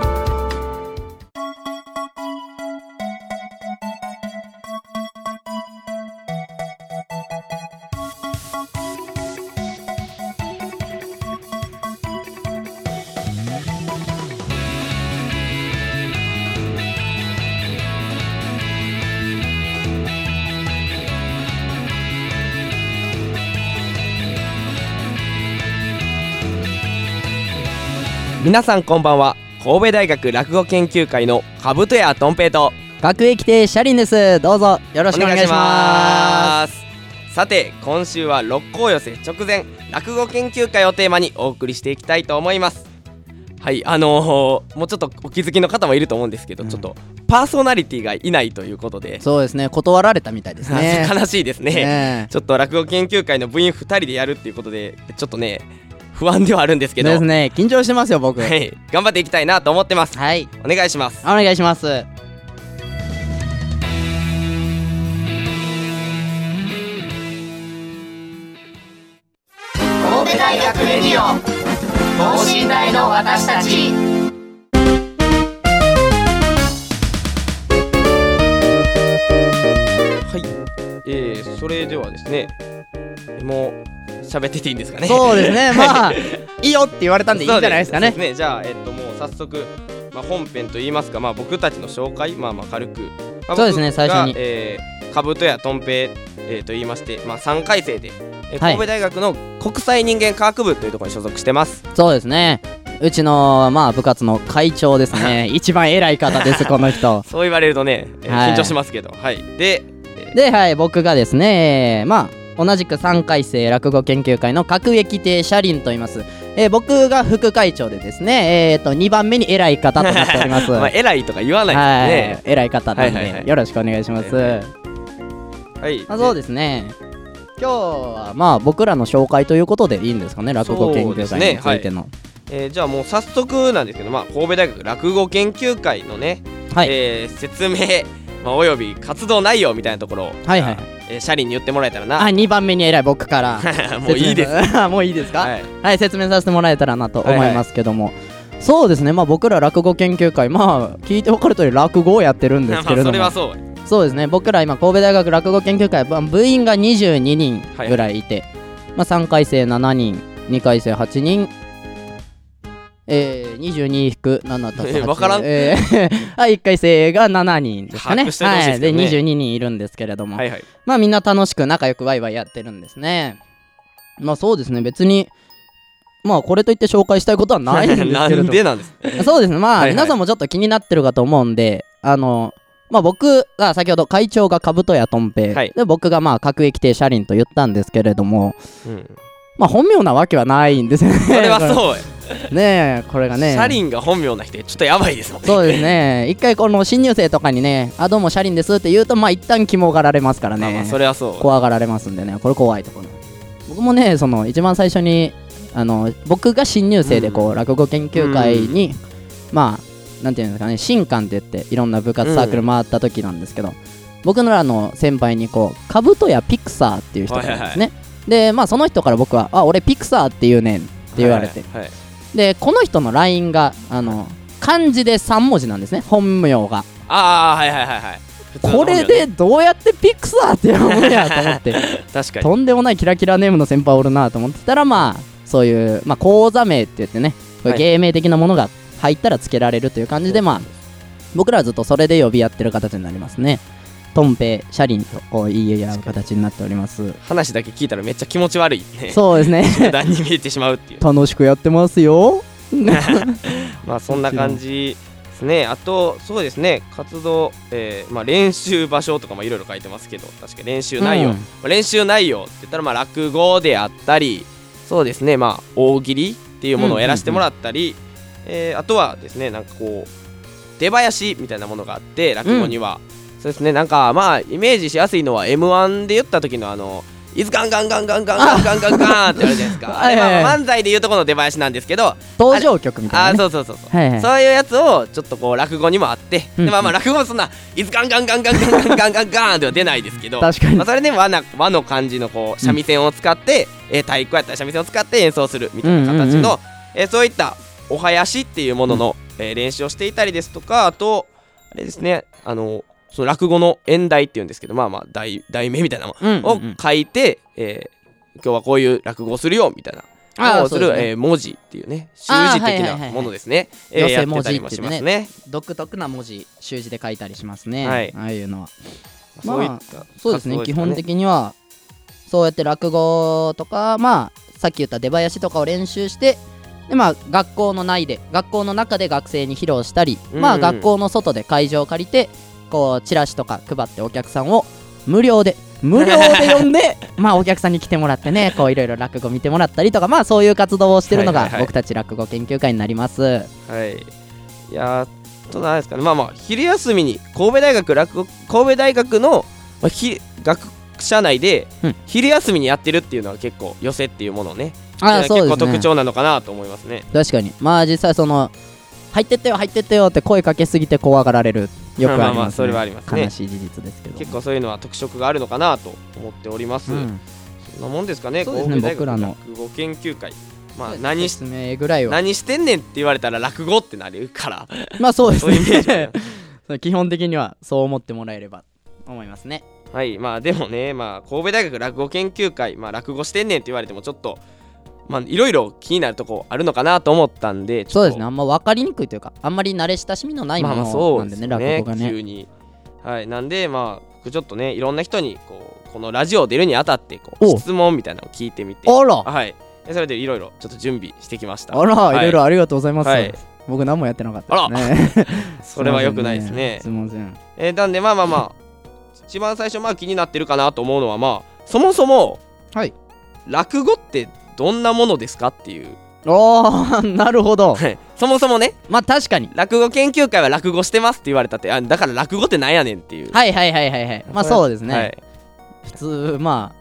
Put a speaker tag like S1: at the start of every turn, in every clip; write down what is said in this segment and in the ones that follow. S1: 皆さんこんばんは神戸大学落語研究会の株とやとんぺいと
S2: 学駅亭シャリンですどうぞよろしくお願いします
S1: さて今週は六甲寄せ直前落語研究会をテーマにお送りしていきたいと思いますはいあのーもうちょっとお気づきの方もいると思うんですけど、
S2: うん、
S1: ちょっとパーソナリティがいないということです
S2: そうですね断られたみたいです ね
S1: 悲しいですね
S2: ね
S1: ちょっと落語研究会の部員2人でやるっていうことでちょっとね不安ではあるんですけど
S2: ですね緊張してますよ僕
S1: は、
S2: はい
S1: 頑張っていきたいなと思ってます
S2: い
S1: お願いします
S2: お願いします
S3: 神戸大学レディオ等身大の私たち
S1: はい、えー、それではですね、もう喋ってていいんですかね。
S2: そうで す ねまあいいよって言われたんでいいんじゃないですかね
S1: そうですそうですねじゃあ、えっと、もう早速、まあ、本編といいますか、まあ、僕たちの紹介、まあ、まあ軽く、まあ
S2: そうですね
S1: 僕が
S2: 最初に
S1: えー、かぶとやとんぺい、えー、と言いまして、まあ、3回生で、えー
S2: はい
S1: 神戸大学の国際人間科学部というところに所属して ます。
S2: そうですねうちのまあ部活の会長です ね一番偉い方ですこの人
S1: そう言われるとね、えー
S2: はい
S1: 緊張しますけど、はい、で、
S2: ではい僕がですねまあ同じく3回生落語研究会の各駅亭シャリンと言います、えー僕が副会長でですねえー、と2番目に偉い方となっておりま す
S1: まあ、偉いとか言わないで
S2: は
S1: す
S2: い、偉い方な
S1: は
S2: ん
S1: いはいはい
S2: で、よろしくお願いします。
S1: はいはいね。はい、
S2: まあ、そうですね。今日は、まあ、僕らの紹介ということでいいんですかね、落語研
S1: そうで
S2: 究
S1: す
S2: 会
S1: ね
S2: についての。
S1: えーじゃあもう早速なんですけど、まあ、神戸大学落語研究会のね、
S2: はい、
S1: えー説明、まあ、および活動内容みたいなところを、
S2: はいはいはい
S1: えー社員に言ってもらえたら
S2: あ、
S1: な
S2: 二番目に偉い僕から。
S1: もういいです
S2: 説明さ。 もういいですか、は、
S1: はいい、
S2: 説明させてもらえたらなと思いますけども。そうですね、まあ、僕ら落語研究会、まあ、聞いてわかる通り落語をやってるんで
S1: まあ
S2: すけれど
S1: そ
S2: も、
S1: れはそう
S2: そうですね僕ら今神戸大学落語研究会まあ部員が22人ぐらいいて、まあ、3回生7人2回生8人えー、22引く7足す
S1: え
S2: 8
S1: わからん
S2: えー あ1回生が7人ですかね
S1: 把握してほしいですけ
S2: で
S1: どね
S2: 22人いるんですけれども、
S1: はいはい
S2: まあみんな楽しく仲良くワイワイやってるんですねまあそうですね別にまあこれといって紹介したいことはないんですけれど
S1: な
S2: も
S1: んでなんです
S2: そうですね、
S1: は
S2: まあ、
S1: いはい
S2: 皆さんもちょっと気になってるかと思うんで、あの、まあ、僕が先ほど会長が兜やとんぺい、
S1: はい
S2: で僕がまあ各駅亭車輪と言ったんですけれども、
S1: うん
S2: まあ、本名なわけはないんですよね。
S1: それは
S2: こ
S1: そう
S2: れねえ、これがね。
S1: 社員が本名な人ちょっとやばいですもんね
S2: そうですね、一回この新入生とかにね、あ、どうも車輪ですって言うと、まあ、一旦肝がられますから
S1: まあ
S2: ね、
S1: まあそれはそう
S2: 怖がられますんでね、これ怖いところ。僕もね、その一番最初に、あの僕が新入生でこう、落語研究会に、まあなんていうんですかね新館って言っていろんな部活サークル回った時なんですけど、僕のらの先輩にこうカブトやピクサーっていう人がいるんですね、でまあその人から僕は「あ俺ピクサーっていうねん」って言われて、
S1: はいはいはい
S2: でこの人の LINE があの漢字で3文字なんですね本名が
S1: ああはいはいはいはい普通の
S2: こ
S1: 本名
S2: れでどうやってピクサーって読むんやと思って
S1: 確かに
S2: とんでもないキラキラネームの先輩おるなと思ってたらまあそういう、まあ、講座名って言ってねこ
S1: は
S2: れ
S1: い
S2: 芸名的なものが入ったらつけられるという感じで、まあ僕らはずっとそれで呼び合ってる形になりますねトンペイシャリンとこう言い合う形になっております
S1: 話だけ聞いたらめっちゃ気持ち悪いね
S2: そうです ね
S1: 段に見えてしまうっていう
S2: 楽しくやってますよ
S1: まあそんな感じですね。あとそうですね活動、えーまあ、練習場所とかもいろいろ書いてますけど確か練習内容、
S2: うん
S1: まあ練習内容って言ったらまあ落語であったりそうですねまあ大喜利っていうものをやらせてもらったり、えーあとはですねなんかこう出囃子みたいなものがあって落語には、そうですねなんかまあイメージしやすいのは m 1で言った時のあのいつガンガンガンガンガンガンガンガンガンって言われるじゃないですかあ
S2: はい
S1: れ
S2: はいはい
S1: まあ漫才でいうとこの出囃子なんですけど
S2: 登場曲みた
S1: あ
S2: い
S1: ー
S2: なね
S1: そうそうそうそう、
S2: はいはい
S1: そういうやつをちょっとこう落語にもあって、
S2: うん
S1: でまあまあ落語もそんないつガンガンガンガンガンガンガンガンガンでは出ないですけど
S2: 確かに
S1: まあ、それで和な和の感じのこう三味線を使って、えー太鼓やったら三味線を使って演奏するみたいな形の、
S2: うんうんうん
S1: えーそういったお囃子っていうものの、えー練習をしていたりですとかあとあれですねあのその落語の演題っていうんですけどまあまあ題題名みたいなもの
S2: うんうん
S1: を書いて、えー今日はこういう落語をするよみたいな
S2: あー
S1: のをする
S2: そうですね
S1: えー文字っていうね習
S2: あ
S1: 字
S2: ー
S1: 的
S2: はいはいはいは
S1: ないものですね、
S2: 寄
S1: えー
S2: せ
S1: やっ
S2: 文
S1: て
S2: 字
S1: た
S2: ってい
S1: り
S2: うね
S1: もしますね
S2: 独特な文字習字で書いたりしますね、
S1: はい
S2: ああいうのは
S1: まあそういった
S2: そうですね
S1: 活動
S2: 基本的にはそうやって落語とかまあさっき言った出囃子とかを練習してでまあ学校の内で学校の中で学生に披露したり、
S1: うんうん
S2: まあ学校の外で会場を借りてこうチラシとか配ってお客さんを無料で無料で呼 んでまあお客さんに来てもらってねこういろいろ落語見てもらったりとかまあそういう活動をしてるの
S1: はい
S2: が
S1: はいはい
S2: 僕たち落語研究会になります
S1: はい。いやー、となんですかね。まあまあ、昼休みに神戸大学落語、神戸大学の、まあ、ひ学社内で
S2: うん、
S1: 昼休みにやってるっていうのは結構、寄せっていうものをね、
S2: ああ
S1: いや
S2: そう
S1: 結
S2: で
S1: 構
S2: すね
S1: 特徴なのかなと思いますね。
S2: 確かにまあ実際その入ってってよ入ってってよって声かけすぎて怖がられるよくあります、ね、
S1: まあまあそれはありますね
S2: 悲しい事実ですけど
S1: 結構そういうのは特色があるのかなと思っております。
S2: うん
S1: そんなもんですかね、
S2: そうですね
S1: 神戸大
S2: 僕
S1: 学
S2: らの
S1: 落語研究会。まあ、何し
S2: 説明ぐらいは
S1: 何してんねんって言われたら落語ってなる から、
S2: まあそうです
S1: そういうイメージか
S2: ね
S1: な
S2: そう基本的にはそう思ってもらえれば思いますね
S1: はいまあでもねまあ神戸大学落語研究会まあ落語してんねんって言われてもちょっとまあいろいろ気になるとこあるのかなと思ったんでちょっと
S2: そうですねあんま分かりにくいというかあんまり慣れ親しみのないも
S1: まあまあ
S2: の
S1: そ
S2: な
S1: うんで
S2: ですね,、
S1: よね
S2: 落語がね
S1: 急にはいなんでまあ僕ちょっとねいろんな人にこうこのラジオ出るにあたってこ
S2: お
S1: う
S2: う
S1: 質問みたいなのを聞いてみて
S2: あら
S1: はいでそれでいろいろちょっと準備してきました
S2: あら、、
S1: はい
S2: ろいろありがとうございます、
S1: はい
S2: 僕何もやってなかったですね
S1: それは良くないですね
S2: すいません
S1: えーなんでまあまあまあ一番最初まあ気になってるかなと思うのはまあそもそも
S2: はい
S1: 落語ってどんなものですかっていう
S2: おー なるほど
S1: はいそもそもね
S2: まあ確かに
S1: 落語研究会は落語してますって言われたってあだから落語ってなんやねんっていう
S2: はいはいはいはいはいまあ
S1: それ
S2: そうですね、
S1: はい
S2: 普通ま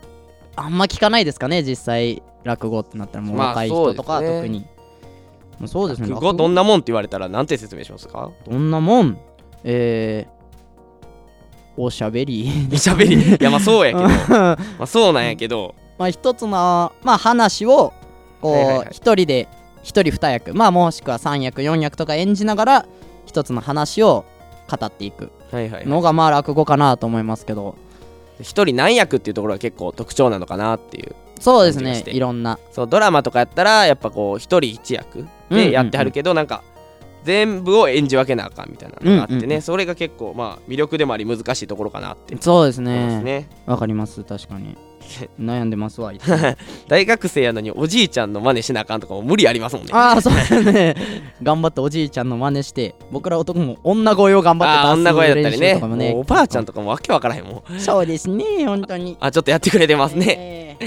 S2: ああんま聞かないですかね実際落語ってなったらもう
S1: まあ
S2: 若い人とか
S1: そうですね
S2: 特に、まあ、そうですね
S1: 落語どんなもんって言われたらなんて説明しますか
S2: どんなもんえーおしゃべり
S1: おしゃべり いやまあそうやけど ま
S2: ま
S1: あそうなんやけ ど
S2: あ一つのまあ話をこ
S1: は
S2: う一、
S1: いはいはい
S2: 人で一人二役まあもしくは三役四役とか演じながら一つの話を語っていく
S1: はいはいはい
S2: のがまあ落語かなと思いますけど
S1: 一人何役っていうところが結構特徴なのかなっていう
S2: そうです
S1: 感じがし
S2: ね
S1: て
S2: いろんな
S1: そうドラマとかやったらやっぱこう一人一役
S2: うんうんうん
S1: でやってはるけど、なんか全部を演じ分けなあかんみたいなのがあってね、
S2: うんうんうん
S1: それが結構まあ魅力でもあり難しいところかなって
S2: そうです
S1: 思います
S2: ね
S1: ね
S2: わかります確かに 悩んでますわいつも
S1: 大学生やのにおじいちゃんの真似しなあかんとかも無理ありますもんね
S2: ああそうですね頑張っておじいちゃんの真似して僕ら男も女声を頑張って
S1: あー女声だった
S2: 出
S1: り
S2: す
S1: ね
S2: 練習とかもね
S1: もうおばあちゃんとかもわけわからへんもん
S2: そうですね本当に
S1: あちょっとやってくれてますね、
S2: ね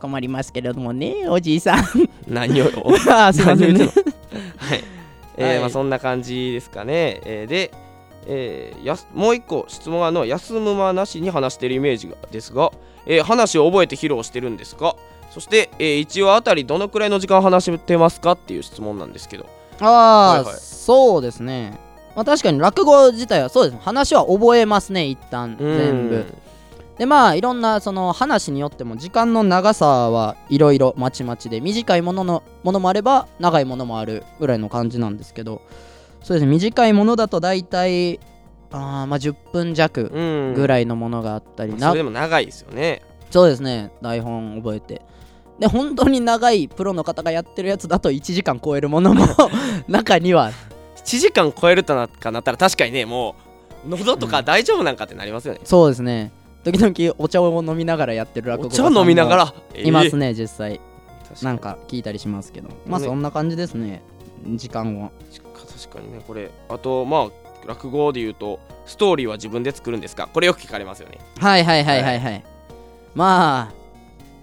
S2: 困りますけれどもねおじいさん
S1: 何を
S2: あーすいませ
S1: 何
S2: ん
S1: を言
S2: ね
S1: ってんのはい、えー
S2: はい
S1: まあ、そんな感じですかね、えーで、えーやすもう一個質問はあるのは休む間なしに話してるイメージがですが、えー話を覚えて披露してるんですかそして、え1話あたりどのくらいの時間話してますかっていう質問なんですけど
S2: ああ、
S1: はいはい
S2: そうですねまあ確かに落語自体はそうです話は覚えますね一旦
S1: うん
S2: 全部でまあいろんなその話によっても時間の長さはいろいろまちまちで短いもののものもあれば長いものもあるぐらいの感じなんですけどそうですね短いものだと大体あーまあ10分弱
S1: うん
S2: ぐ
S1: い
S2: らいのものがあったり、
S1: そ
S2: な
S1: れでも長いですよね
S2: そうですね台本覚えてで本当に長いプロの方がやってるやつだと1時間超えるも のも中には
S1: 1時間超えるとなかなったら確かにねもう喉とか大丈夫なんかってなりますよね、
S2: そうですね時々お茶を飲みながらやってる落
S1: お
S2: 語家
S1: 茶
S2: さんも
S1: 飲みながら
S2: います
S1: ね、
S2: ね実際
S1: 確に
S2: なんか聞いたりしますけどまあ
S1: ね
S2: そんな感じですね時間は
S1: 確かにねこれあとまあ落語で言うとストーリーは自分で作るんですかこれよく聞かれますよね、
S2: はいはいはいはいはいまあ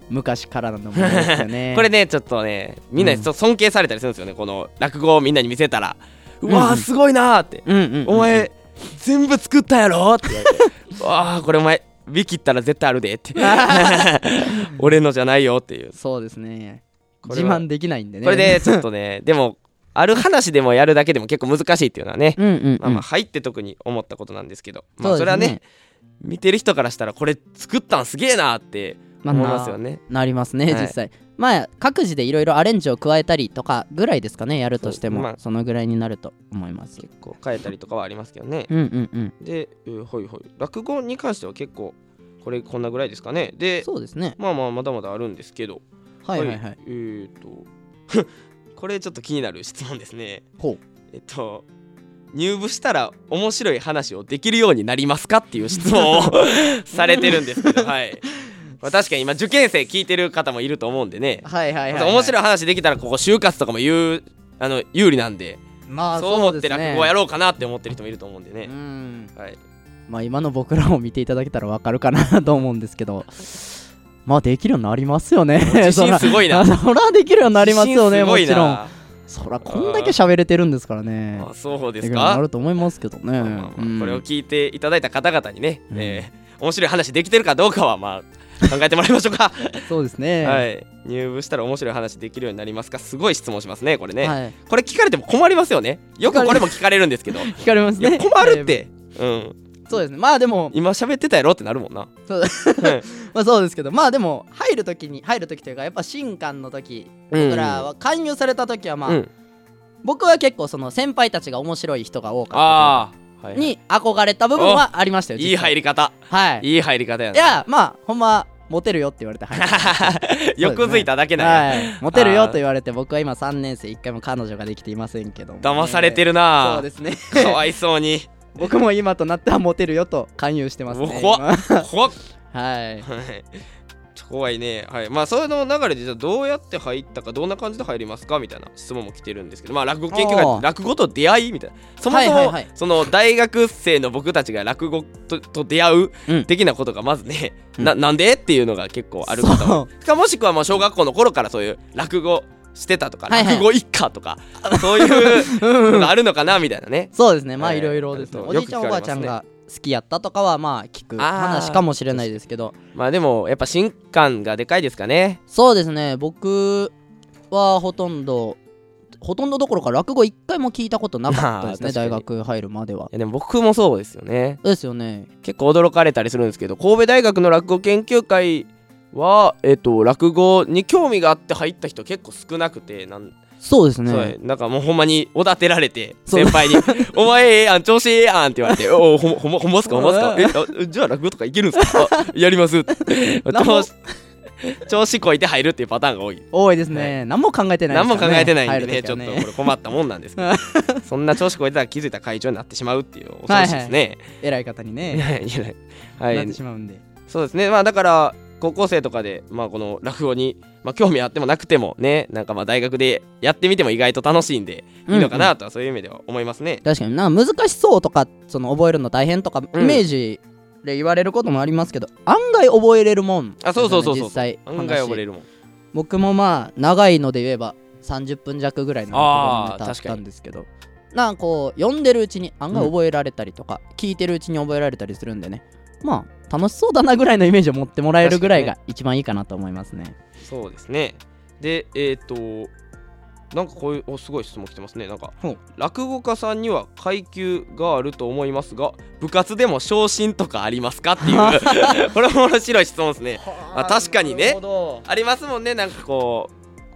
S2: 昔からのものですよね
S1: これねちょっとねみんなに
S2: うん
S1: そ尊敬されたりするんですよねこの落語をみんなに見せたらうわ
S2: うんう
S1: ー
S2: ん
S1: すごいなーって、
S2: うんうんうん
S1: お前全部作ったやろって言われてわあこれお前ビ切ったら絶対あるでって 俺のじゃないよっていう
S2: そうですね
S1: こ
S2: 自
S1: れは
S2: 慢できないんでね
S1: これでちょっと ねでもある話でもやるだけでも結構難しいっていうのはね、
S2: うんうん、うん
S1: まあまあ入って特に思ったことなんですけど、まあ
S2: うです
S1: それはね見てる人からしたらこれ作ったんすげえなって
S2: まあ
S1: 思いますよね、
S2: なりますね、
S1: はい
S2: 実際まあ各自でいろいろアレンジを加えたりとかぐらいですかねやるとしても
S1: そ
S2: そ,、
S1: うまあ
S2: のぐらいになると思います
S1: 結構変えたりとかはありますけどね、
S2: うんうんうん
S1: で、えーほいほい落語に関しては結構これこんなぐらいですかねで
S2: そうですね
S1: まあまあまだまだあるんですけど
S2: はいはいはい
S1: えー、と これちょっと気になる質問ですね
S2: ほう
S1: えっと入部したら面白い話をできるようになりますかっていう質問を されてるんですけどはい、まあ、確かに今受験生聞いてる方もいると思うんでね、
S2: はいはい
S1: まあ面白い話できたらここ就活とかも言うあの有利なんで
S2: まあ
S1: そう思って落語をや
S2: ろ
S1: ろうかなって思ってる人もいると思うんでね、
S2: ん
S1: はい、
S2: まあ今の僕らを見ていただけたらわかるかなと思うんです けどまあできるようになりますよね
S1: 自
S2: そ
S1: 信
S2: ら
S1: すごいな
S2: そらできるようになりますよね
S1: 自
S2: も
S1: 信
S2: ち
S1: すごい
S2: ろん
S1: な
S2: そらこんだけ喋れてるんですからね
S1: あそうで
S2: で
S1: す
S2: きるように
S1: か
S2: なると思いますけどね、
S1: まあまあまあ
S2: うん
S1: これを聞いていただいた方々にね、
S2: うん
S1: えー面白い話できてるかどうかはまあ考えてもらいましょう か、
S2: そうですね
S1: はい、入部したら面白い話できるようになりますかすごい質問しますねこれね、
S2: はい
S1: これ聞かれても困りますよねよくこれも聞かれるんですけどい
S2: 聞かれます
S1: や
S2: ね
S1: 困るって、うん、
S2: そうですねまあでも
S1: 今喋ってたやろってなるもんな
S2: そうまあそうですけどまあでも入る時に入る時というかやっぱ新官の時
S1: うん
S2: 僕らは勧誘された時はまあ、
S1: うん、
S2: 僕は結構その先輩たちが面白い人が多かっ
S1: ああ、はい
S2: たというかに憧れた部分はありましたよ
S1: いい入
S2: り
S1: り方
S2: はい
S1: いい入り方や
S2: いやまあほんまモテるよって言われ て入りまし
S1: な欲づいただけ
S2: た
S1: なんや、
S2: はいモテるよと言われて僕は今3年生1回も彼女ができていませんけどもね
S1: 騙されてる
S2: そ
S1: な
S2: う、ですね
S1: かわいそうに
S2: 僕も今となってはモテるよと勧誘してますね
S1: うわ怖
S2: 今
S1: 怖っ
S2: はい
S1: はい怖いねはいまあその流れでじゃあどうやって入ったかどんな感じで入りますかみたいな質問も来てるんですけどまあ落語研究
S2: あ
S1: 会
S2: ー
S1: 落語と出会いみたいなそもそも、
S2: はいはいはい
S1: その大学生の僕たちが落語とと出会う
S2: うん
S1: 的なことがまずね、
S2: うん
S1: ななんでっていうのが結構 ある方
S2: そ
S1: もかもしくはまあ小学校の頃からそういう落語してたとか、
S2: はいはい
S1: 落語一家とかそういうのがあるのかなみたいなね
S2: そうですねまあ
S1: はい
S2: いろいろですね
S1: あと
S2: おじいちゃん
S1: よく
S2: おば
S1: 聞かれます
S2: あちゃん
S1: ね
S2: が好きやったとかはまあ聞く
S1: あー
S2: 話かもしれないですけど
S1: まあでもやっぱ新感がでかいですかね
S2: そうですね僕はほとんどほとんどどころか落語一回も聞いたことなかったで
S1: あー確
S2: すね
S1: かに
S2: 大学入るまではい
S1: やでも僕もそうですよね
S2: そうですよね
S1: 結構驚かれたりするんですけど神戸大学の落語研究会は、えっと、落語に興味があって入った人結構少なくてなん,、
S2: そうです
S1: そう
S2: ね
S1: やなんかもうほんまにおだてられて
S2: そう
S1: 先輩 に「お前ええやん調子ええやん」って言われて「おおほんまほんまほんますかほんます かえあじゃあ落語とかいけるんすかあやります」
S2: なん
S1: 調
S2: も
S1: 子調子こいて入るっていうパターンが多い
S2: 多いですね何も考えてない
S1: 何も考えてないんでね
S2: 入る
S1: ちょ
S2: 時
S1: っ
S2: は
S1: とこれ困ったもんなんですけ どそんな調子こいてたら気づいたら会長になってしまうっていう恐ろしいですね、
S2: 偉い方に
S1: い
S2: ね
S1: や いやいやは
S2: なっ
S1: い
S2: てしまうんで
S1: そうですねまあだから高校生とかで、まあ、この落語に、まあ、興味あってもなくてもねなんかまあ大学でやってみても意外と楽しいんでいいのかなとはそういう意味では思いますね。
S2: 確かになんか難しそうとかその覚えるの大変とかイ
S1: うん
S2: メージで言われることもありますけど案外覚えれるもん
S1: あそうそうそうそう
S2: ですよね実際
S1: 案外溺れ
S2: る
S1: るもん。
S2: 僕もまあ長いので言えば30分弱ぐらいの
S1: あー
S2: ネタだっ
S1: 確か
S2: た
S1: に
S2: んですけどなんかこう読んでるうちに案外覚えられたりとか、聞いてるうちに覚えられたりするんでねまあ楽しそうだなぐらいのイメージを持ってもらえるぐらいが一番いいかなと思いますね
S1: そうですねでえっ、となんかこういうおすごい質問来てますねなんか
S2: ほう
S1: 落語家さんには階級があると思いますが部活でも昇進とかありますかっていう これも面白い質問ですね。あ確かにねありますもんねなんかこ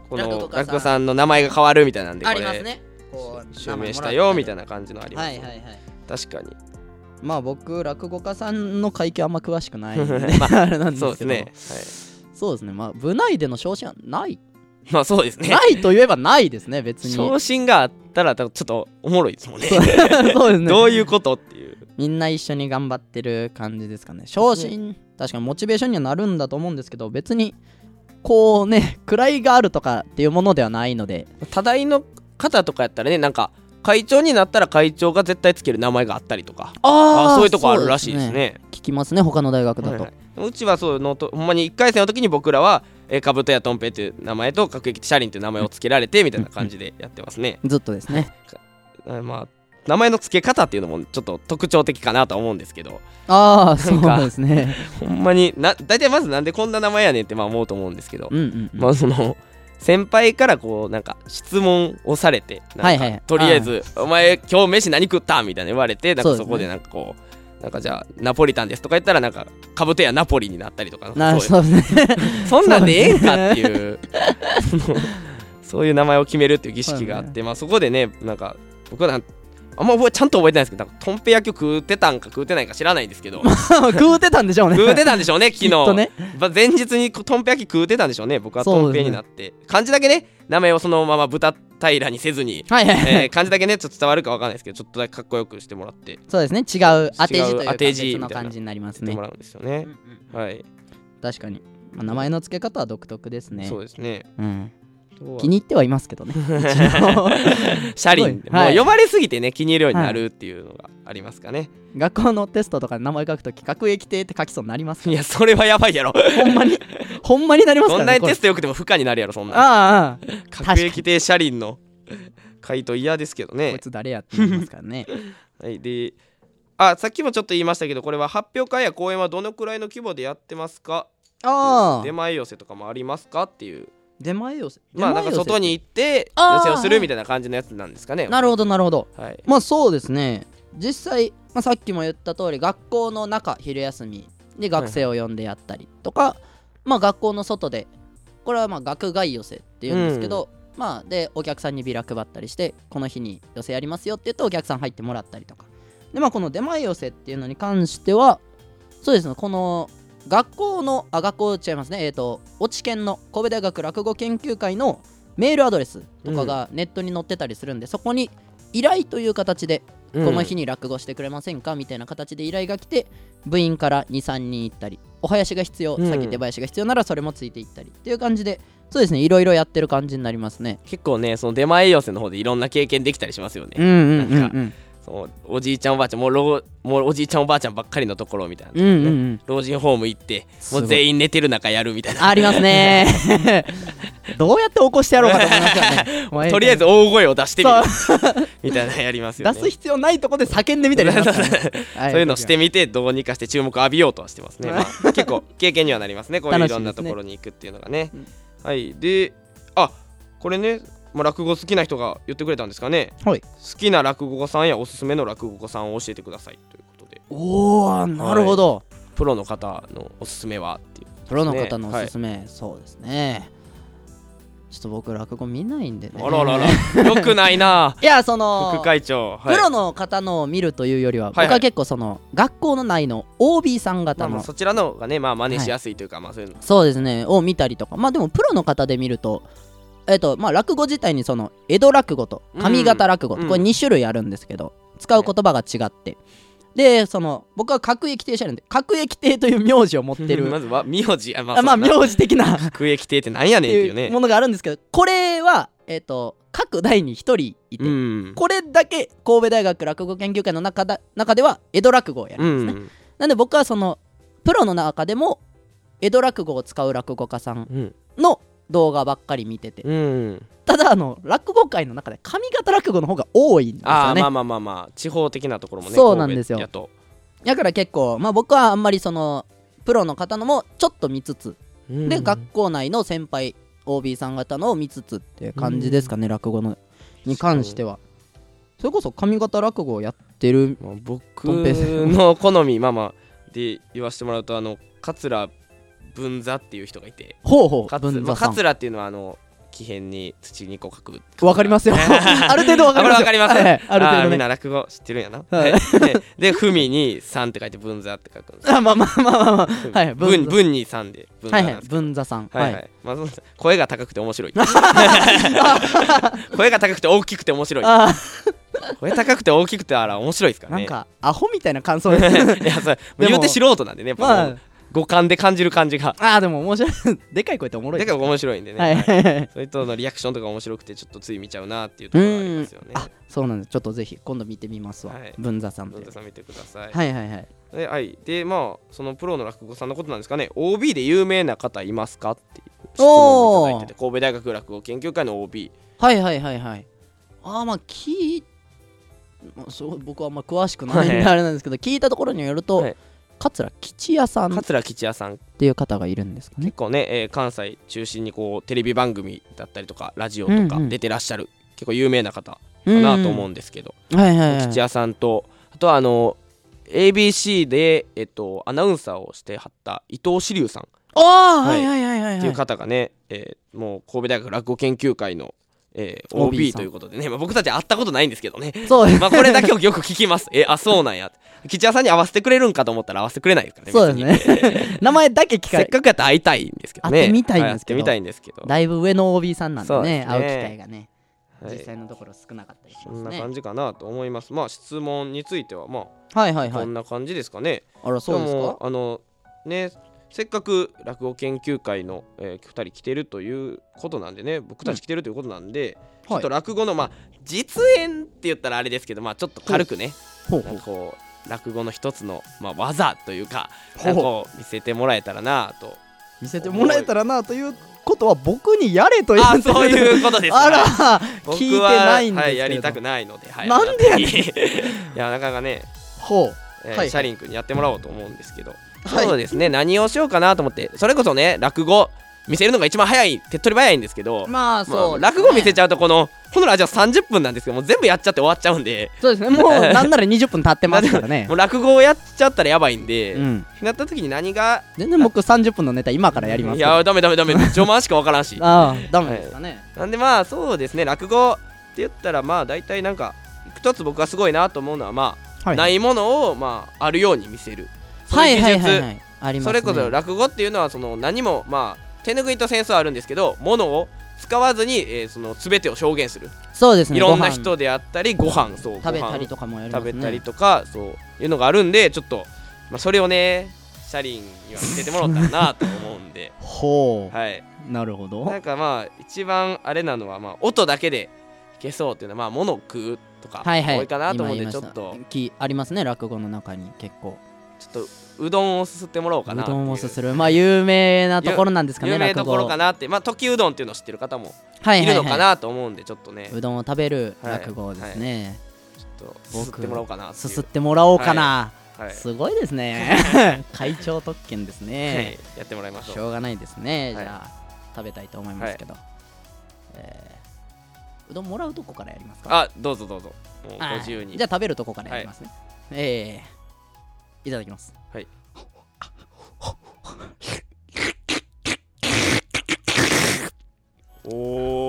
S1: うこの
S2: 落語
S1: 落
S2: 家さん
S1: 語さんの名前が変わるみたいなんでこ
S2: あ
S1: れ
S2: りますねこう
S1: 襲名したよみたい
S2: な
S1: な感じのあります、
S2: はい
S1: ね
S2: はいはい
S1: 確かに
S2: まあ僕落語家さんの階級あんま詳しくないんで、
S1: ま
S2: あれなんですけど
S1: そうですね、は
S2: そうですねまあ部内での昇進はない
S1: い、まあそうですね
S2: ないといえばないですね別に
S1: 昇進があったら多分ちょっとおもろいですもんね
S2: そうそうです ね
S1: どういうことっていう
S2: みんな一緒に頑張ってる感じですかね昇進、確かにモチベーションにはなるんだと思うんですけど別にこうね位があるとかっていうものではないので
S1: 多大の方とかやったらねなんか会長になったら会長が絶対つける名前があったりとかあそういうとこあるらしいですね
S2: 聞きますね他の大学だと、
S1: はいはいうちはそうのとほんまに1回戦の時に僕らはえーカブトやトンペイという名前と各駅車輪という名前をつけられてみたいな感じでやってますね
S2: ずっとですね
S1: あまあ名前の付け方っていうのもちょっと特徴的かなと思うんですけど
S2: ああそうなんですね
S1: ほんまにな大体まずなんでこんな名前やねんってまあ思うと思うんですけど、
S2: うんうんうん
S1: まあその先輩からこうなんか質問をされてなんか
S2: はいはい
S1: とりあえず「お前今日飯何食った?」みたいな言われてなん
S2: そう
S1: か
S2: ですね
S1: そこでなんかこうなんかじゃあナポリタンですとか言ったらなんかカブテやナポリになったりとか
S2: な
S1: そう
S2: そうですね
S1: いうそんなんでええんかっていうその そういう名前を決めるっていう儀式があっ
S2: そう
S1: て、まあそこでねなんか僕はなんあんま覚えちゃんと覚えてないですけどなんかトンペ焼きを食うてたんか食うてないか知らないんです けど
S2: 食うてたんでしょうね
S1: 食うてたんでしょうね昨
S2: き
S1: 日
S2: っとね
S1: まあ前日にトンペ焼き食うてたんでしょうね僕は
S2: そ
S1: ト
S2: う
S1: ンペ
S2: ですね
S1: になって、漢字だけね名前をそのまま豚平にせず に、
S2: はいはいはい、
S1: えー漢字だけねちょっと伝わるかわかんないですけどちょっとだけかっこよくしてもらって
S2: そうですね違う当て字というか
S1: 当て字
S2: 別
S1: み
S2: の
S1: たいな
S2: 感じになりま
S1: し
S2: す
S1: て
S2: ね
S1: もらうんですよね、はい、
S2: 確かに、まあ、名前の付け方は独特ですね
S1: そうですね
S2: うん、気
S1: 気
S2: に入ってはいま すけどね
S1: シャリン
S2: すごいはい
S1: もう呼ばれすぎてね気に入るようになるっていうのがありますかね、
S2: 学校のテストとかで名前書くとき学駅亭って書きそうになりますか
S1: い、やそれはやばい やろ
S2: らほんまに ほんまになります
S1: ど
S2: か
S1: ん
S2: ら
S1: な
S2: ね
S1: にテストよくても不可になるやろそん
S2: これ
S1: な
S2: あああ確か
S1: 各
S2: に
S1: 駅停車輪の回答嫌ですけど
S2: あこ
S1: ね
S2: いつ誰やって言いますからね
S1: はい、であさっきもちょっと言いましたけどこれは発表会や講演はどのくらいの規模でやってますか
S2: あ
S1: 出
S2: あ
S1: 前寄せとかもありますかっていう
S2: 出前寄せ
S1: まあなんか外に行って
S2: あ
S1: 寄
S2: ー
S1: せをするみたいな感じのやつなんですかね
S2: なるほどなるほど
S1: はい
S2: まあそうですね実際、まあ、さっきも言った通り学校の中昼休みで学生を呼んでやったりとか、まあ学校の外でこれはまあ学外寄せっていうんですけど、まあでお客さんにビラ配ったりしてこの日に寄せやりますよって言ってお客さん入ってもらったりとかでまあこの出前寄せっていうのに関してはそうですねこの学校のあ学校違いますねえっ、と落研の神戸大学落語研究会のメールアドレスとかがネットに載ってたりするんで、そこに依頼という形で、この日に落語してくれませんかみたいな形で依頼が来て部員から23人行ったりお囃子が必要、
S1: うん
S2: 先手囃子が必要ならそれもついていったりっていう感じでそうですねいろいろやってる感じになりますね
S1: 結構ねその出前寄せの方でいろんな経験できたりしますよね、
S2: うんうんうん
S1: なんかそのおじいちゃんおばあちゃんもう老もうおじいちゃんおばあちゃんばっかりのところみたいな、
S2: うんうんうん
S1: 老人ホーム行ってもう全員寝てる中やるみたいな
S2: ありますねどうやって起こしてやろうかと思いますよねお前
S1: とりあえず大声を出してみる
S2: そ
S1: みたいなやりますよ
S2: 出
S1: ね
S2: す必要ないとこで叫んでみたりしますからねは
S1: そういうのをしてみてどうにかして注目を浴びようとはしてますね、まあ結構 経験にはなりますねこういういろんなところに行くっていうのがね
S2: 楽しいで
S1: はいであこれね、まあ、落語好きな人が言ってくれたんですかね
S2: はい
S1: 好きな落語家さんやおすすめの落語家さんを教えてくださいということで
S2: おおなるほど、
S1: プロの方のおすすめはっていう
S2: プロの方のおすすめ、そうですねちょっと僕落語見 ないんでね
S1: あらあらあらよくない ない
S2: やその
S1: 副会長、はい
S2: プロの方のを見るというよりは、
S1: いはい
S2: 僕は結構その学校の内の OB さん
S1: ま
S2: 方
S1: あ
S2: の、
S1: まあそちらの方がねまあ真似しやすいというか、まあそういうの
S2: そうですねを見たりとかまあでもプロの方で見るとえっ、とまあ落語自体にその江戸落語と上方落語と、
S1: うん
S2: これ2種類あるんですけど使う言葉が違ってでその僕は各駅停車なんで各駅停という名字を持って
S1: ま
S2: る
S1: ずは名字あまあ
S2: あまあ
S1: 名字
S2: 名字的な
S1: 区域 亭ってなんやねんっていう
S2: ってい
S1: ね
S2: うものがあるんですけどこれはえっ、と各代に1人いて、
S1: うん
S2: これだけ神戸大学落語研究会の中だ中では江戸落語をやる
S1: うん
S2: ですね、
S1: ん
S2: なんで僕はそのプロの中でも江戸落語を使う落語家さん
S1: うん
S2: の動画ばっかり見てて
S1: うん
S2: ただあの落語界の中で上方落語の方が多いんです
S1: あ
S2: よ
S1: あ
S2: ね
S1: まあまあまあまあ地方的なところもね
S2: そうなんですよ
S1: 神戸やと
S2: だから結構まあ僕はあんまりそのプロの方のもちょっと見つつで学校内の先輩 OB さん方のを見つつっていう感じですかね落語のに関してはそれこそ上方落語をやってる
S1: まあ僕
S2: トンペイ
S1: の好みまあまあで言わせてもらうとあの桂文座っていう人がいて
S2: ほうほう
S1: 桂
S2: 文
S1: まあ
S2: 座さん
S1: 桂っていうのはあの木片に土にこう書く
S2: わかりま すよある程度わ
S1: あ
S2: か
S1: これ
S2: りま
S1: わ
S2: すよ
S1: かります
S2: はいある程
S1: ーみ
S2: 度
S1: ん
S2: ね
S1: な落語知ってるんやな
S2: はい
S1: はいでで文に「さん」って書いて文座って書くんです
S2: あまあまあまあまあまあ はい
S1: 文文文に「さん」で文座
S2: はい
S1: な
S2: は
S1: ん
S2: い
S1: ですけど
S2: 文座さん
S1: はいはい、まあ、そうです声が高くて面 白い 声が高くて大きくて面白い
S2: あ
S1: 声高くて大きくてあら面白いですか
S2: ー
S1: ら
S2: な
S1: ね
S2: んかアホみたいな感想ですね
S1: いやそれ言うて素人なんでね、やっぱ
S2: ま
S1: も
S2: あ
S1: う五感で感じる感じが
S2: あーでも面白いでかい声っておもろい
S1: だ
S2: で
S1: か
S2: す
S1: ら面白いんでね、
S2: はい
S1: はい
S2: はいはい
S1: それとのリアクションとか面白くてちょっとつい見ちゃうなっていうところがありますよね
S2: あそうなんですちょっとぜひ今度見てみますわ
S1: はい
S2: 文座さん
S1: ど
S2: と
S1: う
S2: いう
S1: ぞ見てください、
S2: はいはいはい
S1: ではいでまあそのプロの落語さんのことなんですかね OB で有名な方いますかっていう質問をいただいてて神戸大学落語研究会の OB
S2: はいはいはいはいああまあ聞いまあすごい僕はあんま詳しくないんであれなんですけど聞いたところによると、
S1: はい
S2: 桂吉也さんっ
S1: 桂吉也さん
S2: ていう方がいるんですかね
S1: 結構ね、えー関西中心にこうテレビ番組だったりとかラジオとか
S2: うんうん
S1: 出てらっしゃる、結構有名な方か
S2: うん
S1: なと思うんですけど、
S2: はいはい、はい、
S1: 吉谷さんとあとはあの ABC で、えっと、アナウンサーをしてはった伊藤志龍さん
S2: ああ、
S1: は
S2: はいい、はいはいはいはい
S1: っていう方がね、えーもう神戸大学落語研究会の、えー
S2: OB
S1: OB
S2: さ
S1: と
S2: ん
S1: いうことでね、まあ、僕たち会ったことないんですけどね
S2: そうです
S1: まあこれだけをよく聞きますえあそうなんや吉谷さんに合わせてくれるんかと思ったら合わせてくれないですからね
S2: そうです
S1: ね
S2: 名前だけ聞か
S1: せっ
S2: れ
S1: かくやったら会いたいんですけどね
S2: 会ってみたいんですけど
S1: はい会ってみたいんですけど
S2: だいぶ上の OB さんなんで
S1: そうで
S2: ね
S1: すね
S2: 会う機会がね、
S1: はい
S2: 実際のところ少なかったりし
S1: そ
S2: ま
S1: ん
S2: す
S1: な
S2: ね
S1: 感じかなと思います。まあ質問についてはま
S2: はいはい
S1: あ
S2: は
S1: こ
S2: い
S1: んな感じですかね。
S2: あらそうです
S1: で
S2: か
S1: もあのねせっかく落語研究会の、えー、2人来てるということなんでね僕たち来てるということなんで、ちょっと落語のまあ実演って言ったらあれですけどまあちょっと軽くね
S2: ほう
S1: な
S2: ほ
S1: ん
S2: う
S1: かこう落語の一つの、まあ、技というか
S2: ほ
S1: な
S2: うん
S1: かこう見せてもらえたらなと。
S2: 見せてもらえたらなということは僕にやれと言
S1: あ
S2: っ
S1: ー
S2: てる
S1: そういうことです、ね。
S2: あら
S1: 僕は
S2: 聞いてないんです
S1: は
S2: けど、
S1: い、やりたくないので、はい、
S2: なんでやねん
S1: いやなかなかね
S2: ほう
S1: えー
S2: はいはい
S1: シャリン君にやってもらおうと思うんですけど、
S2: はい
S1: そうですね何をしようかなと思ってそれこそね落語見せるのが一番早い手っ取り早いんですけど、
S2: まあ
S1: まあ
S2: そう、
S1: 落語見せち
S2: ゃ
S1: ゃうとこのこのラジオ30分なんですけどもう全部やっちゃって終わっちゃうんで
S2: うそうで すねもうなんなら20分経ってますからね
S1: もう落語をやっちゃったらやばいんで、
S2: うん
S1: なった時に何が
S2: 全然僕30分のネタ今からやります
S1: い
S2: けど
S1: やダメダメダメ序盤しかわからん し
S2: ああダメですかね、
S1: なんでまあそうですね落語って言ったらまあ大体なんか一つ僕がすごいなと思うのはまあ、
S2: はい
S1: ないものをまああるように見せるそう
S2: は
S1: いう
S2: い
S1: 技
S2: はい
S1: 術
S2: はいはいあります
S1: そ
S2: ね
S1: れこそ落語っていうのはその何もまあ手拭いとセンスはあるんですけどものを使わずに、えー、その全てを表現する、
S2: そうですね
S1: いろんな
S2: ご飯
S1: 人であったりご飯そう
S2: 食べ
S1: ご飯
S2: たりとかもやります
S1: 食
S2: ね
S1: べたりとかそういうのがあるんでちょっと、まあ、それをねシャリンには見せてもらったらなと思うん で
S2: ほう、
S1: はい
S2: なるほど
S1: なんかまあ一番あれなのはまあ音だけでいけそうっていうのはまあ物を食うとか
S2: はいはい
S1: 多いかなと思うんで
S2: 今
S1: ちょ
S2: 言い
S1: っ
S2: ました
S1: と
S2: きありますね落語の中に結構
S1: ちょっとうどんをすすってもらおうか
S2: う
S1: なってい
S2: ど
S1: うん
S2: をすするまあ有名なところなんですかね
S1: 有名ど
S2: 落語
S1: ころかなってまあ時うどんっていうのを知ってる方も
S2: はい
S1: い
S2: は
S1: るの
S2: い
S1: か
S2: は
S1: なと思うんでちょっとね
S2: い、うどんを食べる
S1: はい
S2: 落語ですね、
S1: ちょっとす
S2: 僕
S1: すってもらおうかなって
S2: す
S1: いう
S2: すってもらおうかな、
S1: はい
S2: すごいですね 会長特権です
S1: はい
S2: ね、
S1: やってもらいまし
S2: し
S1: ょう
S2: ょうがないですね、
S1: はい
S2: じゃあ食べたいと思いますけど、えーうどんもらうとこからやりますか
S1: あどうぞどうぞもう
S2: はい
S1: ご自由に
S2: じゃあ食べるとこからやりますね、えーいただきます
S1: はい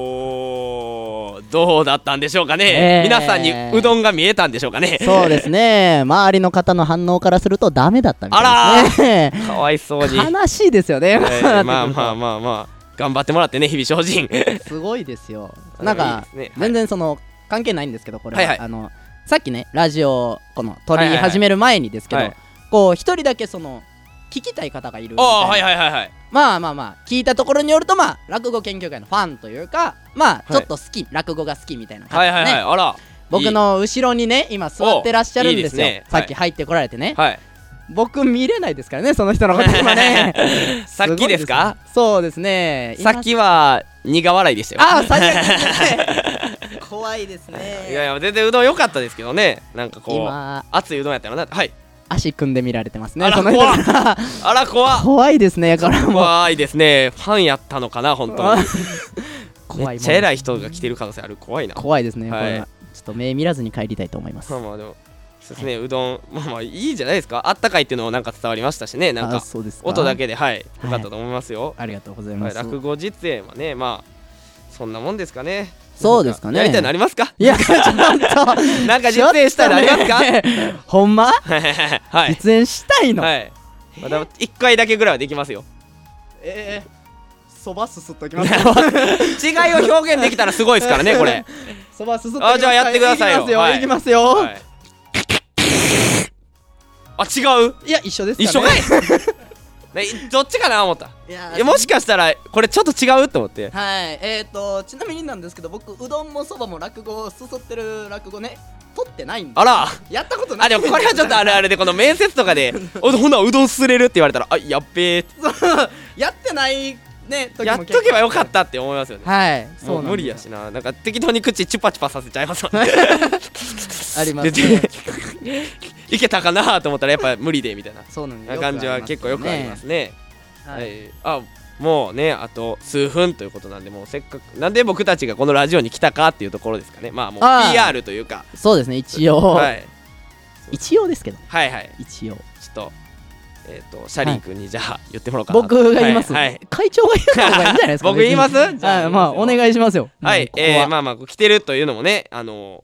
S1: おーどうだったんでしょうかね、
S2: えー
S1: 皆さんにうどんが見えたんでしょうかね
S2: そうですね周りの方の反応からするとダメだったみたいですね
S1: かわいそうに、
S2: 悲しいですよね、
S1: えーまあまあまあまあ頑張ってもらってね日々精進
S2: すごいですよ
S1: あ
S2: なんか
S1: いいですねはい
S2: 全然その関係ないんですけどこれは、
S1: はいはい
S2: あのさっきねラジオこの撮
S1: はいは
S2: り
S1: いはい
S2: 始める前にですけど、
S1: はい
S2: こう一人だけその聞きたい方がいるみたいな
S1: ああーはいはいはいはい
S2: まあまあまあ聞いたところによるとまあ落語研究会のファンというかまあ
S1: い
S2: ちょっと好き、落語が好きみたいな方
S1: は
S2: ね、
S1: いはいはいあら
S2: 僕の後ろにね今座ってらっしゃるんですよ
S1: おいいですね
S2: さっき入ってこられてね、
S1: はい
S2: 僕見れないですからねその人のこと今ね
S1: さっきですか
S2: ごいねそうですね
S1: さっきは苦笑いでしたよ
S2: ああ、最悪です ね。怖いですね。
S1: いやいや全然うどん良かったですけどねなんかこう
S2: 今、
S1: 熱いうどんやったらなはい
S2: 足組んで見られてます
S1: あ
S2: ね。
S1: ら
S2: その人
S1: 怖っ
S2: から
S1: あら怖っ
S2: 怖いですね。これはもう
S1: 怖いですねファンやったのかな本当に
S2: 怖
S1: め
S2: い
S1: っ
S2: も
S1: ちゃ
S2: ん。
S1: 偉い人が来てる可能性ある怖いな
S2: 怖いですね。こ
S1: はい
S2: れはちょっと目見らずに帰りたいと思います
S1: まあ。まあでもそうですねうどんまあまあいいじゃないですかあったかいっていうのもなんか伝わりましたしねなんか
S2: あ、そうですか。
S1: 音だ。けではい
S2: は
S1: 良
S2: い
S1: かったと思いますよ
S2: ありがとうござい
S1: は
S2: ま
S1: い
S2: す。
S1: 落語実演はねまあそんなもんですかね
S2: そうですかね
S1: やりたいのありますか
S2: いや、ちょっと。
S1: なんか実演したいのありますか
S2: ほんま
S1: はい
S2: 実演したいの
S1: はいまあでも一回だけぐらいはできますよ
S2: ええ。そばすすっとき ます。
S1: 違いを表現できたらすごいですからねこれ
S2: そばすすっときます。
S1: あじゃあやってくださいよ
S2: いきますよ。
S1: はい
S2: いきますよ。
S1: はいあ違う
S2: いや、一緒です
S1: 一緒
S2: かね。
S1: かい ねどっちかな思った
S2: いや
S1: いやもしかしたらこれちょっと違うと思って
S2: はい、えーと、ちなみになんですけど、僕、うどんもそばも落語、すすってる落語ね、取ってないんで
S1: あ、ら
S2: やったことない
S1: あでもこれはちょっとあるあるでこの面接とかで「おほんならうどんすれる」って言われたら「あやっべえって
S2: やってないね、」時も
S1: やっとけばよかったって思いますよね
S2: た。はい、
S1: もう無理やしななんか適当に口チュパチュパさせちゃいますもんね
S2: ありま
S1: ですで
S2: ね
S1: いけたかなと思ったらやっぱ無理でみたいな
S2: そうなん
S1: な感じは結構よくありますすね。
S2: ね
S1: は
S2: はい
S1: い、あもうねあと数分ということなんでもうせっかくなんで僕たちがこのラジオに来たかっていうところですかねまあもう
S2: あー
S1: PR というか
S2: そうですね一応、
S1: はい、
S2: 一応ですけど
S1: はいはい
S2: 一
S1: ち
S2: 応
S1: ょっとえっ、とシャリー君にじゃあ言ってもらおうかな
S2: 僕が言います、
S1: はい、はい
S2: 会長が言った方がいいんじゃないですか
S1: 僕言います
S2: 別に
S1: じゃあ
S2: はいまあ
S1: 言いま
S2: お
S1: すよ
S2: 願いしますよ
S1: はい
S2: もうここ
S1: えー、
S2: ま
S1: まあまあこう来てるというのもねあのー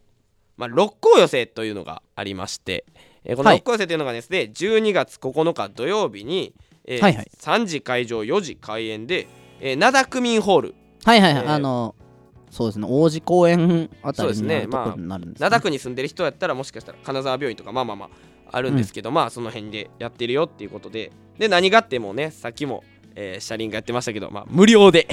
S1: まあ、六甲寄せというのがありまして、えーこの
S2: はい
S1: 六甲寄せというのがですね、12月9日土曜日に、えー
S2: はいはい
S1: 3時会場4時開演で、えー、灘区民ホール
S2: はいはいはい、
S1: えー
S2: あのそうですね王子公園あたり
S1: そう
S2: に
S1: ですね
S2: なるところになるんですね、
S1: 灘区に住んでる人やったらもしかしたら金沢病院とかまあまあまああるんですけど、まあその辺でやってるよっていうことでで何があってもねさっきも、えー、車輪がやってましたけど、まあ、無料 で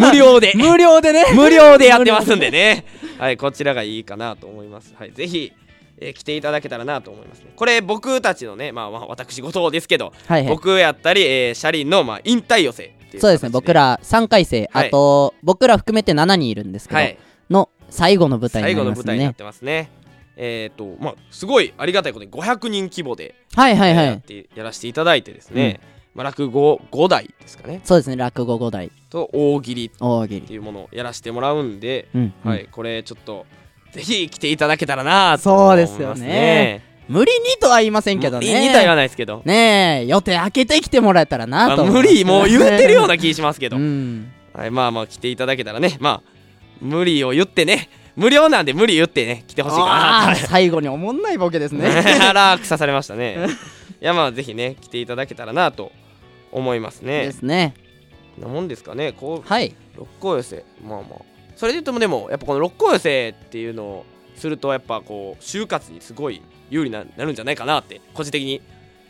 S1: 無料で
S2: 無料でね
S1: 無料でやってますんでね、はい、こちらがいいかなと思います、はい、ぜひ、えー来ていただけたらなと思いますねこれ僕たちのね、まあ、まあ私後藤ですけど、
S2: はいはい
S1: 僕やったり、えー、車輪の、まあ、引退寄せっていう形
S2: そうですね僕ら3回生、
S1: はい
S2: あと僕ら含めて7人いるんですけど、
S1: はい
S2: の最後の舞台
S1: 最
S2: に
S1: 後の
S2: なりま
S1: 舞
S2: す
S1: 台になっ
S2: ね
S1: てますねえっ、とまあすごいありがたいことに500人規模で
S2: はいはいは
S1: やっ
S2: い
S1: てやらせていただいてですね、まあ、落語5台ですかね
S2: そうですね落語5台
S1: と大喜利っ
S2: 大喜利
S1: ていうものをやらせてもらうんで、
S2: うん、うん
S1: はい、これちょっとぜひ来ていただけたらなと
S2: そ
S1: 思
S2: う
S1: いま、
S2: です
S1: ね、
S2: すよね無理にとは言いませんけどね
S1: 無理にとは言わないですけど、
S2: ねえ予定開けてきてもらえたら
S1: ま
S2: な
S1: あ
S2: と思
S1: 無
S2: います
S1: 理もう言ってるような気しますけど、
S2: うん
S1: はい、まあまあ来ていただけたらねまあ無理を言ってね無料なんで無理言ってね来てほしいか
S2: あ
S1: な
S2: ー
S1: と
S2: 最後におもんないボケですね
S1: あら腐されましたねいやまあぜひね来ていただけたらなと思いますね
S2: ですね
S1: なもんですかねこ う
S2: はい
S1: 六甲寄せまあまあそれで言ってもでもやっぱこの六甲寄せっていうのをするとやっぱこう就活にすごい有利ななるんじゃないかなって個人的に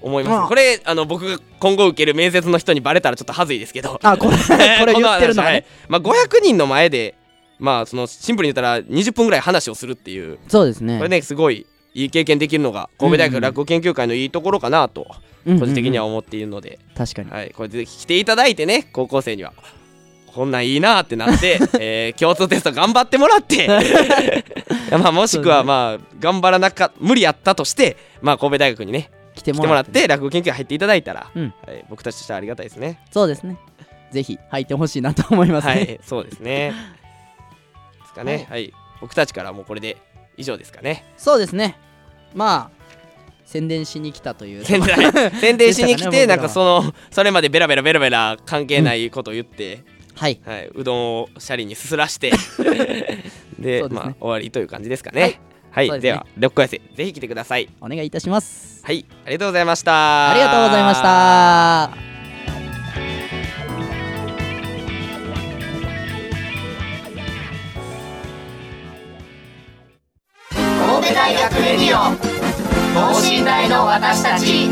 S1: 思います、
S2: まあ
S1: これあの僕が今後受ける面接の人にバレたらちょっと恥ずいですけど
S2: あ これこれ言ってるのが
S1: この話
S2: ね、
S1: はいまあ、500人の前でまあそのシンプルに言ったら20分ぐらい話をするっていう
S2: そうです
S1: こ
S2: ね
S1: れねすごいいい経験できるのが神戸大
S2: うんう
S1: 学
S2: ん
S1: 落語研究会のいいところかなと
S2: うんうんうん
S1: 個人的には思っているので、
S2: 確かに
S1: はい、これぜひ来ていただいてね高校生にはこんなんいいなってな って、えー共通テスト頑張ってもらっていや、まあ、もしくはまあ頑張らなか無理やったとして、まあ、神戸大学にね
S2: 来て
S1: 来てもらっ
S2: ね
S1: て落語研究会入っていただいたら、
S2: うん
S1: はい、僕たちとしてはありがたいですね。
S2: そうですねぜひ入ってほしいなと思います
S1: は
S2: ね
S1: い、そうです ね。ですかね、はい、僕たちからはもうこれで以上ですかね。
S2: そうですねまあ宣伝しに来たという
S1: 宣 伝宣伝しに来
S2: でしたかね僕ら
S1: て、
S2: は
S1: なんかその、それまでベラベラベラベラ関係ないことを言って、
S2: はいう
S1: はいうどんをシャリにすすら して、で、
S2: そうですね
S1: まあ、終わりという感じですかね。は、
S2: はいそう
S1: で
S2: ですね
S1: は、六甲生、ぜひ来てください。
S2: お願いいたします
S1: はい、ありがとうございました。
S2: ありがとうございまし。た
S3: 神戸大学レディオ等身大の私たち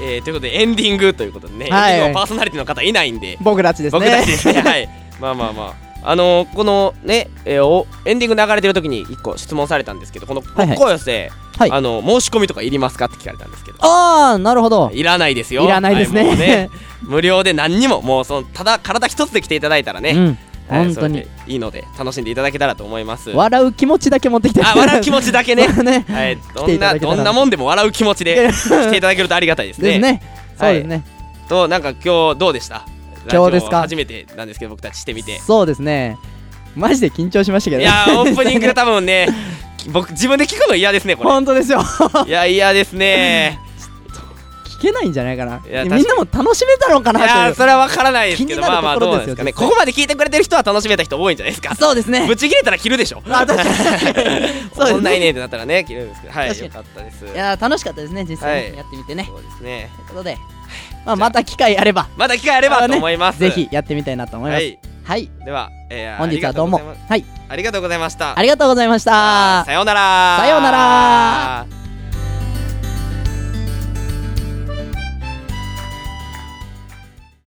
S1: えーということで、エンディングということでね、
S2: はい
S1: エンディングはパーソナリティの方いないんで。
S2: 僕たちですね
S1: 僕たちですね。はい。まあまあまあ。あのーこのね、えーおエンディング流れてる時に一個質問されたんですけど、この
S2: はいはい
S1: 国交寄せ、
S2: はい
S1: あの申し込みとかいりますかって聞かれたんですけど、
S2: ああなるほど
S1: いらないですよ。
S2: いらないですね
S1: はもうね無料で何にももうそのただ体一つで来ていただいたら
S2: う
S1: ね、
S2: ん
S1: はい
S2: 本当に
S1: それでいいので楽しんでいただけたらと思います。
S2: 笑う気持ちだけ持ってきて。
S1: あ笑う気持ちだけね
S2: ね
S1: はい、ど
S2: て
S1: ん
S2: いた
S1: な
S2: だけた
S1: ど
S2: ら
S1: んなもんでも笑う気持ち で来ていただけるとありがたいですね。
S2: ですねそうですね
S1: となんか今日どうでした？
S2: 今日ですか
S1: ラジオ初めてなんですけど僕たちしてみて。
S2: そうですねマジで緊張しましたけど
S1: い
S2: ね
S1: やーオープニングで多分ねき僕自分で聞くの嫌ですねこ
S2: 本当ですよ
S1: れいや嫌です ね
S2: 聞けないんじゃないかない
S1: や確かに
S2: みんなも楽しめたのか
S1: い
S2: な
S1: やー
S2: とい
S1: それは分からないですけど
S2: 気に
S1: まあ
S2: なる
S1: まあ
S2: とこ
S1: どう
S2: ろ
S1: なん
S2: で
S1: で
S2: す
S1: す
S2: よ
S1: かねここまで聞いてくれてる人は楽しめた人多いんじゃないですか
S2: うそうですね
S1: ぶち切れたら切るでしょ
S2: あ確か にそうですね
S1: そんないねってなったらね切るんですけどはい
S2: 確
S1: よ
S2: かに
S1: かったです
S2: いやー楽しかったですね実際
S1: はい
S2: にやってみてね、
S1: そうですね
S2: ということで、まあ、また機会あれば
S1: また機会あればと思います
S2: ぜひやってみたいなと思います、
S1: はい
S2: はい
S1: では、えー
S2: 本日はどう
S1: あ
S2: も
S1: りがとございま
S2: はい
S1: ありがとうございました
S2: ありがとうございました
S1: さようなら
S2: さようなら